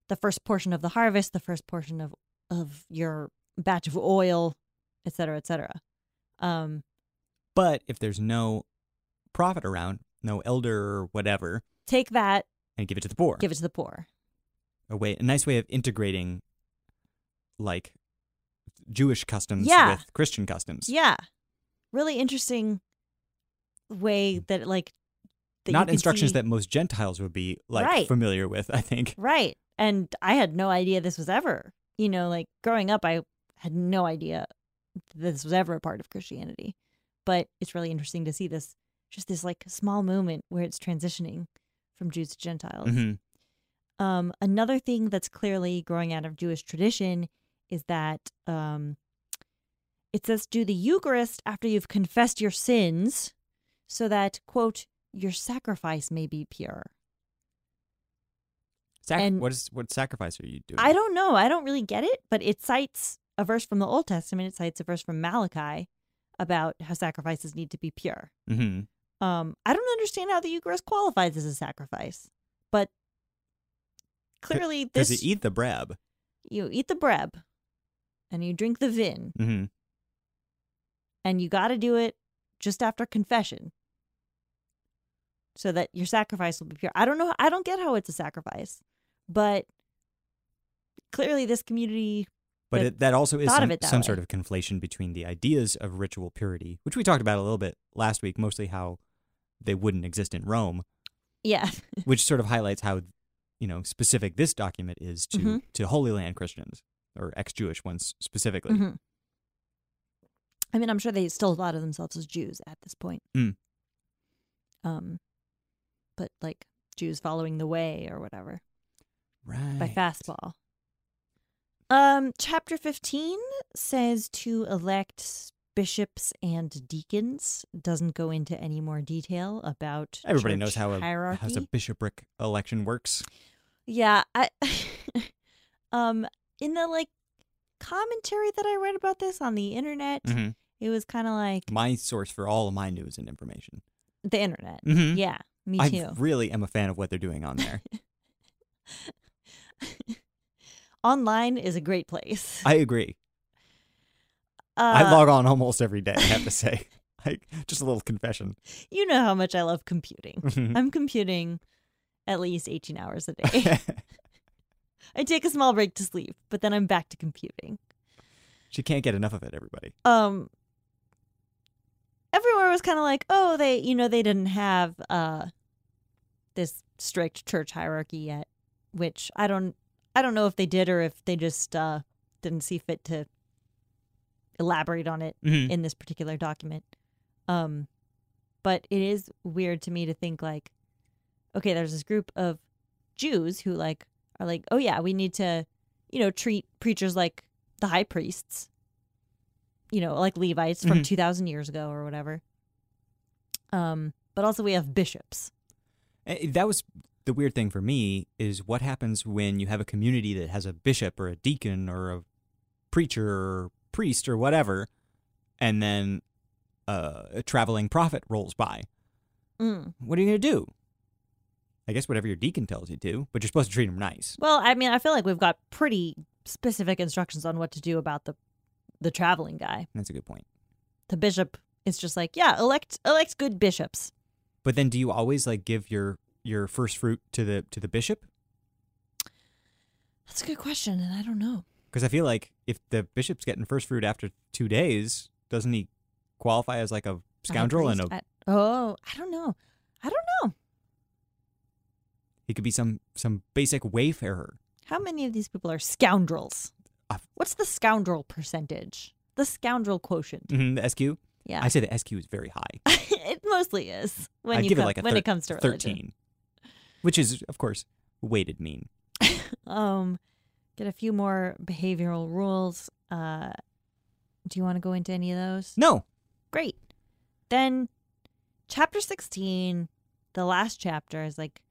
the first portion of the harvest, the first portion of of your batch of oil, et cetera, et cetera. Um, But if there's no prophet around, no elder or whatever, take that, and give it to the poor. give it to the poor. a way a nice way of integrating like Jewish customs Yeah. with Christian customs. Yeah. Really interesting way that like that you Not can instructions see- that most Gentiles would be like Right. familiar with, I think. Right. And I had no idea this was ever, you know, like growing up I had no idea that this was ever a part of Christianity. But it's really interesting to see this just this like small moment where it's transitioning from Jews to Gentiles. Mhm. Um, another thing that's clearly growing out of Jewish tradition is that um, it says do the Eucharist after you've confessed your sins so that, quote, your sacrifice may be pure. Sac- And- what is what sacrifice are you doing? I don't know. I don't really get it, but it cites a verse from the Old Testament. It cites a verse from Malachi about how sacrifices need to be pure. hmm Um, I don't understand how the Eucharist qualifies as a sacrifice, but clearly Does this it eat the brab? you eat the breb and you drink the vin hmm and you got to do it just after confession so that your sacrifice will be pure i don't know i don't get how it's a sacrifice but clearly this community But But it, that also is thought of some, it that some way. sort of conflation between the ideas of ritual purity, which we talked about a little bit last week, mostly how they wouldn't exist in Rome, yeah which sort of highlights how you know specific this document is to Mhm. to Holy Land Christians or ex-Jewish ones specifically. Mhm. i mean i'm sure they still thought of themselves as jews at this point Mm. um but like jews following the way or whatever Right. by fastball. Um, chapter 15 says to elect bishops and deacons. Doesn't go into any more detail about Everybody church knows how a hierarchy. how's a bishopric election works. yeah, I <laughs> um in the like commentary that I read about this on the internet, Mm-hmm. it was kind of like My source for all of my news and information. the internet. Mm-hmm. Yeah, me I too. really am a fan of what they're doing on <laughs> there. Online is a great place. I agree. Uh, I log on almost every day. I <laughs> have to say, I, just a little confession. you know how much I love computing. Mhm. I'm computing at least 18 hours a day. I take a small break to sleep, but then I'm back to computing. <laughs> she can't get enough of it. Everybody. Um everywhere was kind of like, "Oh, they, you know, they didn't have uh this strict church hierarchy yet," which I don't I don't know if they did or if they just uh, didn't see fit to elaborate on it Mhm. in this particular document. Um, but it is weird to me to think like, okay, there's this group of Jews who like are like, oh yeah, we need to, you know, treat preachers like the high priests, you know, like Levites from Mhm. two thousand years ago or whatever. Um, but also we have bishops. Eh, That was the weird thing for me is what happens when you have a community that has a bishop or a deacon or a preacher or priest or whatever, and then uh, a traveling prophet rolls by. Mm. What are you going to do? I guess whatever your deacon tells you to, but you're supposed to treat him nice. Well, I mean, I feel like we've got pretty specific instructions on what to do about the the traveling guy. That's a good point. The bishop is just like, yeah, elect elect good bishops. But then, do you always like give your your first fruit to the to the bishop? That's a good question, and I don't know. Because I feel like if the bishop's getting first fruit after two days, doesn't he qualify as like a scoundrel and a I- oh, I don't know. I don't know He could be some some basic wayfarer. how many of these people are scoundrels. Uh, What's the scoundrel percentage? The scoundrel quotient. Mhm, the SQ. Yeah, I say the SQ is very high. <laughs> it mostly is when I'd you give come, it like a when thir- it comes to religion. thirteen, which is of course weighted mean. Um, get a few more behavioral rules. Uh, do you want to go into any of those? No, great. Then chapter 16, the last chapter is like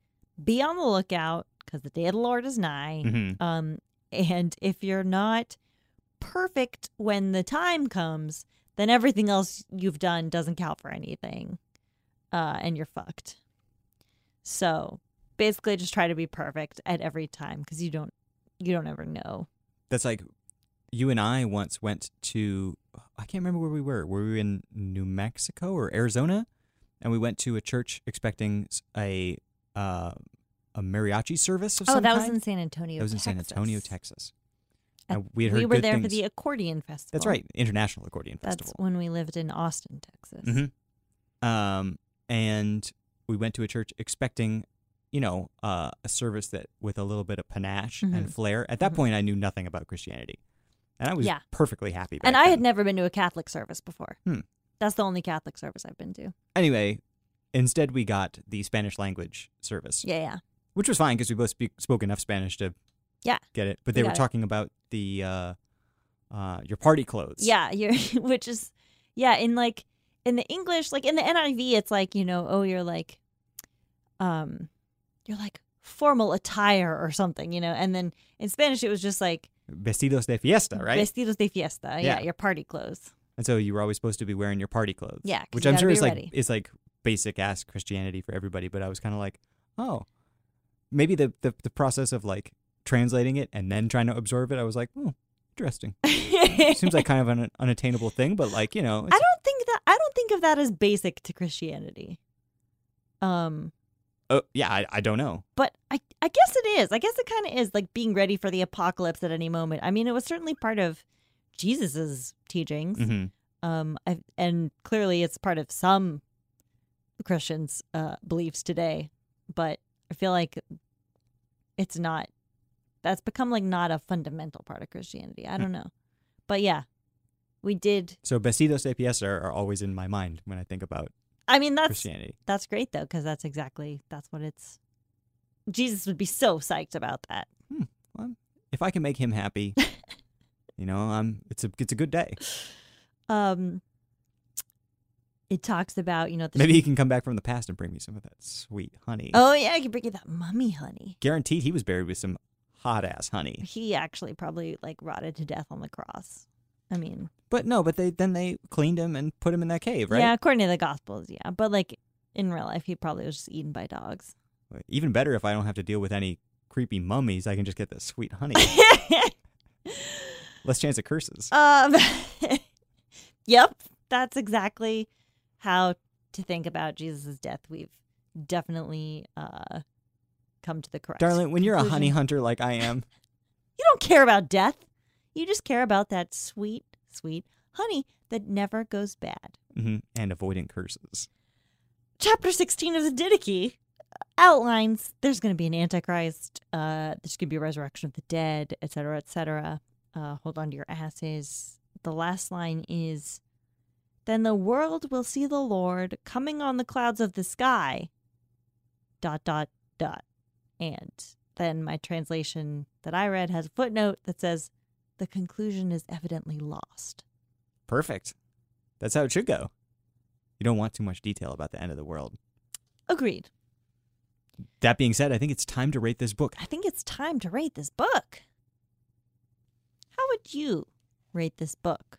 be on the lookout cuz the day of the Lord is nigh. Mhm. Um and if you're not perfect when the time comes, then everything else you've done doesn't count for anything. Uh and you're fucked. So, basically just try to be perfect at every time cuz you don't you don't ever know. that's like you and I once went to. I can't remember where we were. Were we in New Mexico or Arizona? And we went to a church expecting s- a uh, a mariachi service of Oh, some that was kind. in San Antonio. that was in San Texas. Antonio, Texas. At- And we had heard we were good there things. for the accordion festival. That's right, International Accordion That's Festival. when we lived in Austin, Texas. Mm-hmm. Um, and we went to a church expecting, you know, uh, a service that with a little bit of panache Mm-hmm. and flair. At that point, I knew nothing about Christianity, and I was Yeah. perfectly happy. And back I had then. never been to a Catholic service before. Hmm. That's the only Catholic service I've been to. anyway. Instead, we got the Spanish language service, Yeah, yeah. which was fine because we both speak, spoke enough Spanish to Yeah. get it. We But they were got it. talking about the uh, uh, your party clothes. Yeah, you're, <laughs> which is, yeah, in like, in the English, like in the NIV, it's like, you know, oh, you're like, um, you're like formal attire or something, you know? And then in Spanish, it was just like vestidos de fiesta, right? vestidos de fiesta. Yeah. yeah, your party clothes. <laughs> And so you were always supposed to be wearing your party clothes. Yeah, 'cause which you I'm gotta sure be is like ready. is like basic ass Christianity for everybody. But I was kind of like, oh, maybe the, the the process of like translating it and then trying to absorb it. I was like, hmm, interesting. Seems like kind of an <laughs> unattainable thing, but like you know, I it's, don't think that I don't think of that as basic to Christianity. Um, oh, yeah, I, I don't know. but I I guess it is. I guess it kind of is like being ready for the apocalypse at any moment. I mean, it was certainly part of Jesus's teachings. hmm Um, I, and clearly it's part of some Christians' uh, beliefs today. But I feel like it's not. That's become like not a fundamental part of Christianity. Hmm. I don't know, but yeah, we did. So vestidos de fiesta are, are always in my mind when I think about I mean, that's Christianity. That's great though, because that's exactly that's what it's. Jesus would be so psyched about that. If I can make <laughs> him happy, you know, I'm it's a it's a good day. Um, it talks about you know the Maybe he can come back from the past and bring me some of that sweet honey. Oh yeah, I could bring you that mummy honey. guaranteed he was buried with some hot ass honey. He actually probably like rotted to death on the cross. I mean, But no, but they then they cleaned him and put him in that cave, right? yeah, according to the Gospels, yeah, but like in real life, he probably was just eaten by dogs. Even better if I don't have to deal with any creepy mummies, I can just get the sweet <laughs> honey. Less chance of curses. Um, <laughs> yep, that's exactly how to think about Jesus' death. We've definitely uh, come to the correct. Darling, when you're a honey conclusion. hunter like I am, you don't care about death. You just care about that sweet, sweet honey that never goes bad. mhm, and avoiding mm-hmm, curses. Chapter 16 of the Didache uh, outlines there's going to be an antichrist uh there's going to be a resurrection of the dead etc etc uh hold on to your asses the last line is then the world will see the lord coming on the clouds of the sky dot dot dot and then my translation that i read has a footnote that says the conclusion is evidently lost Perfect. That's how it should go. You don't want too much detail about the end of the world. agreed That being said, I think it's time to rate this book. I think it's time to rate this book. How would you rate this book?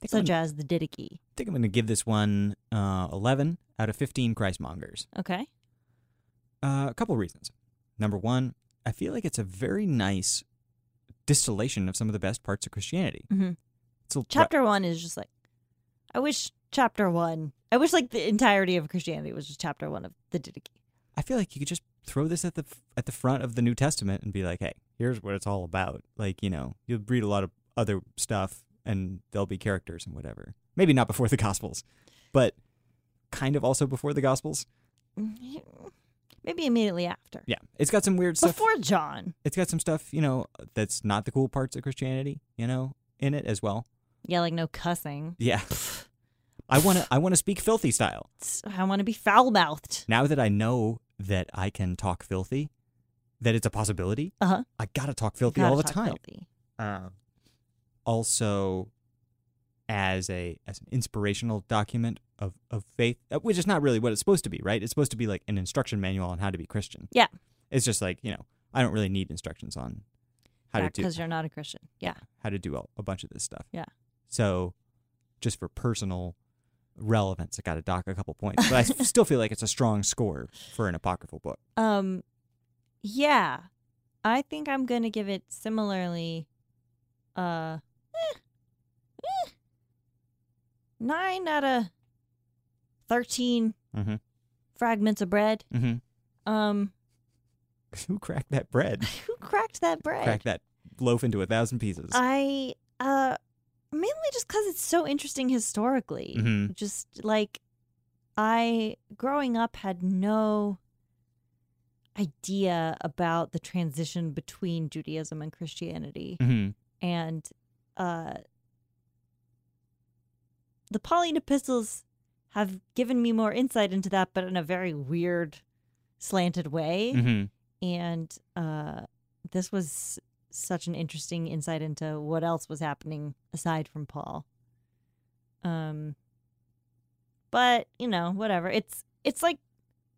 think I'm Such as the Didicky. I think I'm going to give this one uh, 11 out of 15 Christmongers. Okay. Uh, a couple reasons. Number one, I feel like it's a very nice distillation of some of the best parts of Christianity. Mhm. It's a, Chapter one is just like, I wish chapter one, I wish like the entirety of Christianity was just chapter one of the Didache. I feel like you could just throw this at the f- at the front of the New Testament and be like, "Hey, here's what it's all about." Like, you know, you'll read a lot of other stuff and there'll be characters and whatever. Maybe not before the Gospels, but kind of also before the Gospels. Maybe immediately after. Mm-hmm. Yeah, it's got some weird stuff. Before John. it's got some stuff, you know, that's not the cool parts of Christianity, you know, in it as well. Yeah, like no cussing. Yeah. I want to I want to speak filthy style. It's- I want to be foul mouthed. Now that I know that I can talk filthy, that it's a possibility, Uh huh. I got to talk filthy all the time. Um, also, as a as an inspirational document of of faith, uh, which is not really what it's supposed to be, right? It's supposed to be like an instruction manual on how to be Christian. Yeah. It's just like you know, I don't really need instructions on how to do Because you're not a Christian. Yeah. how to do a, a bunch of this stuff. Yeah. So, just for personal relevance, I got to dock a couple points, but I s- still feel like it's a strong score for an apocryphal book. Um, yeah, I think I'm gonna give it similarly. Uh, eh, eh, nine out of thirteen Mm-hmm. fragments of bread. Mm-hmm. Um, <laughs> Who cracked that bread? who cracked that bread? Cracked that loaf into a thousand pieces. I uh, mainly just because it's so interesting historically. hmm just like I growing up had no idea about the transition between Judaism and Christianity hmm and uh the Pauline epistles have given me more insight into that but in a very weird slanted way hmm and uh this was such an interesting insight into what else was happening aside from Paul. Um but, you know, whatever. It's it's like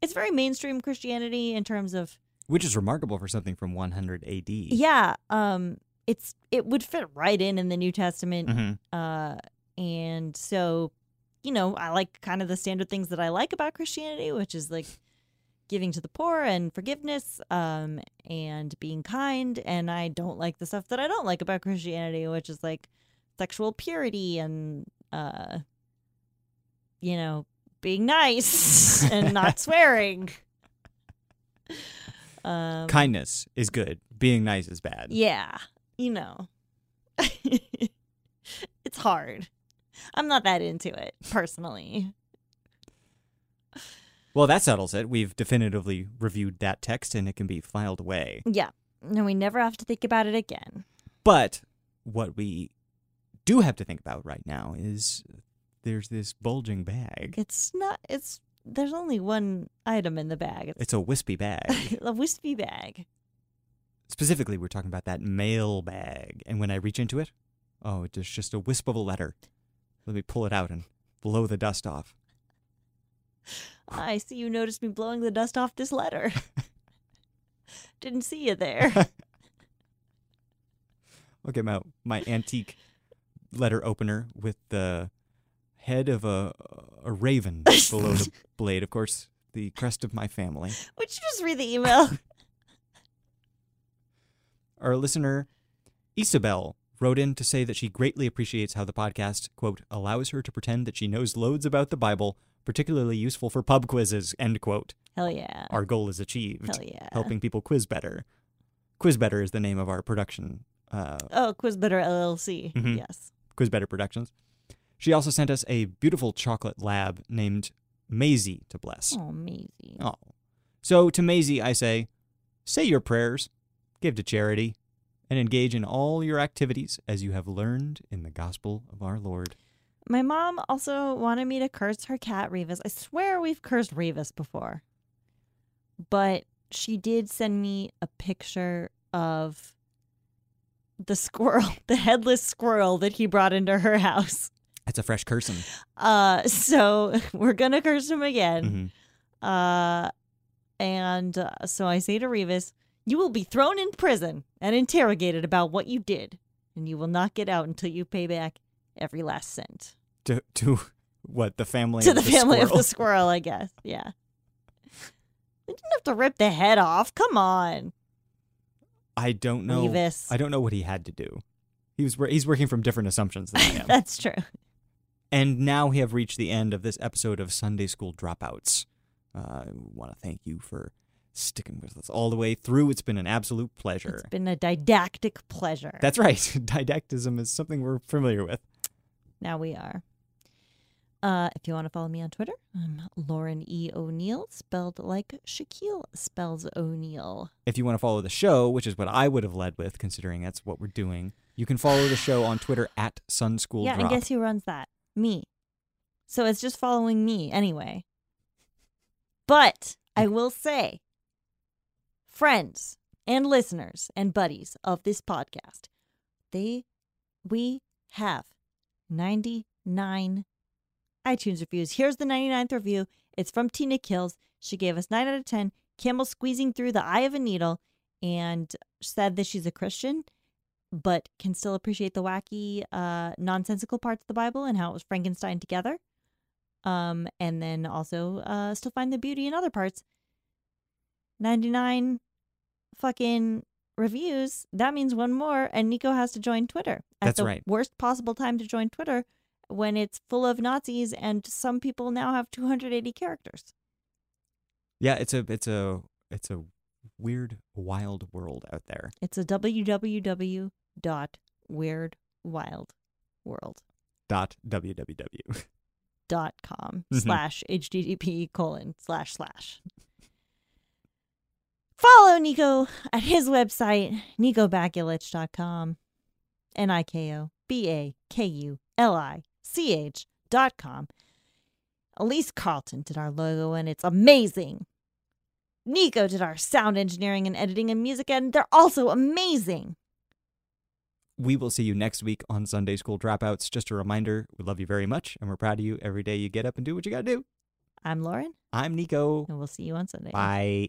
it's very mainstream Christianity in terms of Which is remarkable for something from 100 AD. yeah, um it's it would fit right in in the New Testament. Mhm. Uh and so, you know, I like kind of the standard things that I like about Christianity, which is like giving to the poor and forgiveness um, and being kind. And I don't like the stuff that I don't like about Christianity, which is like sexual purity and, uh, you know, being nice <laughs> and not swearing. <laughs> Um, Kindness is good. Being nice is bad. yeah, you know, <laughs> it's hard. I'm not that into it personally. Well, that settles it. We've definitively reviewed that text and it can be filed away. Yeah, and we never have to think about it again. But what we do have to think about right now is there's this bulging bag. It's not. It's there's only one item in the bag. It's a wispy <laughs> bag. It's a wispy bag. Specifically, we're talking about that mail bag. And when I reach into it, oh, there's just a wisp of a letter. Let me pull it out and blow the dust off. I see you noticed me blowing the dust off this letter. Didn't see you there. Look at my my antique letter opener with the head of a a raven below the blade. Of course, the crest of my family. Would you just read the email? Our listener, Isabel, wrote in to say that she greatly appreciates how the podcast, quote, allows her to pretend that she knows loads about the Bible, particularly useful for pub quizzes, end quote. Hell yeah. Our goal is achieved. Hell yeah. Helping people quiz better. Quiz Better is the name of our production, uh, Oh, Quizbitter LLC. Mhm. Yes. Quiz Better Productions. She also sent us a beautiful chocolate lab named Maisie to bless. Oh, Maisie. Oh. So to Maisie, I say, say your prayers, give to charity, and engage in all your activities as you have learned in the gospel of our Lord. My mom also wanted me to curse her cat Revis. I swear we've cursed Revis before. But she did send me a picture of the squirrel, <laughs> the headless squirrel that he brought into her house. That's a fresh cursing. Uh so <laughs> we're going to curse him again. Mhm. Uh and uh, so I say to Revis, you will be thrown in prison and interrogated about what you did, and you will not get out until you pay back every last cent. To, to what the family to of the, family squirrel. of the squirrel, I guess. Yeah. They didn't have to rip the head off. Come on. I don't know. Revis. I don't know what he had to do. He was wor- he's working from different assumptions than I am. That's true. <laughs> And now we have reached the end of this episode of Sunday School Dropouts. Uh, I want to thank you for sticking with us all the way through. It's been an absolute pleasure. It's been a didactic pleasure. That's right. <laughs> Didactism is something we're familiar with. now we are. Uh, if you want to follow me on Twitter, I'm Lauren E. O'Neill, spelled like Shaquille spells O'Neill. If you want to follow the show, which is what I would have led with, considering that's what we're doing, you can follow the show on Twitter at Sun School yeah, and Drop. guess who runs that? Me. So it's just following me anyway. But I will say, friends and listeners and buddies of this podcast, they we have 99 iTunes reviews. Here's the 99th review. It's from Tina Kills. She gave us 9 out of 10, Camel squeezing through the eye of a needle, and said that she's a Christian but can still appreciate the wacky, uh, nonsensical parts of the Bible and how it was Frankenstein together. Um, and then also uh, still find the beauty in other parts. 99 fucking reviews. That means one more. And Nico has to join Twitter at That's the right. worst possible time to join Twitter when it's full of Nazis and some people now have 280 characters. yeah, it's a it's a it's a weird, wild world out there. It's a www.weirdwildworld. Dot www. dot com Mhm. slash http colon slash slash follow nico at his website nicobakulich.com n-i-k-o-b-a-k-u-l-i-c-h dot com elise carlton did our logo and it's amazing nico did our sound engineering and editing and music and they're also amazing We will see you next week on Sunday School Dropouts. Just a reminder, we love you very much and we're proud of you every day you get up and do what you got to do. i'm lauren I'm Nico. and we'll see you on sunday Bye.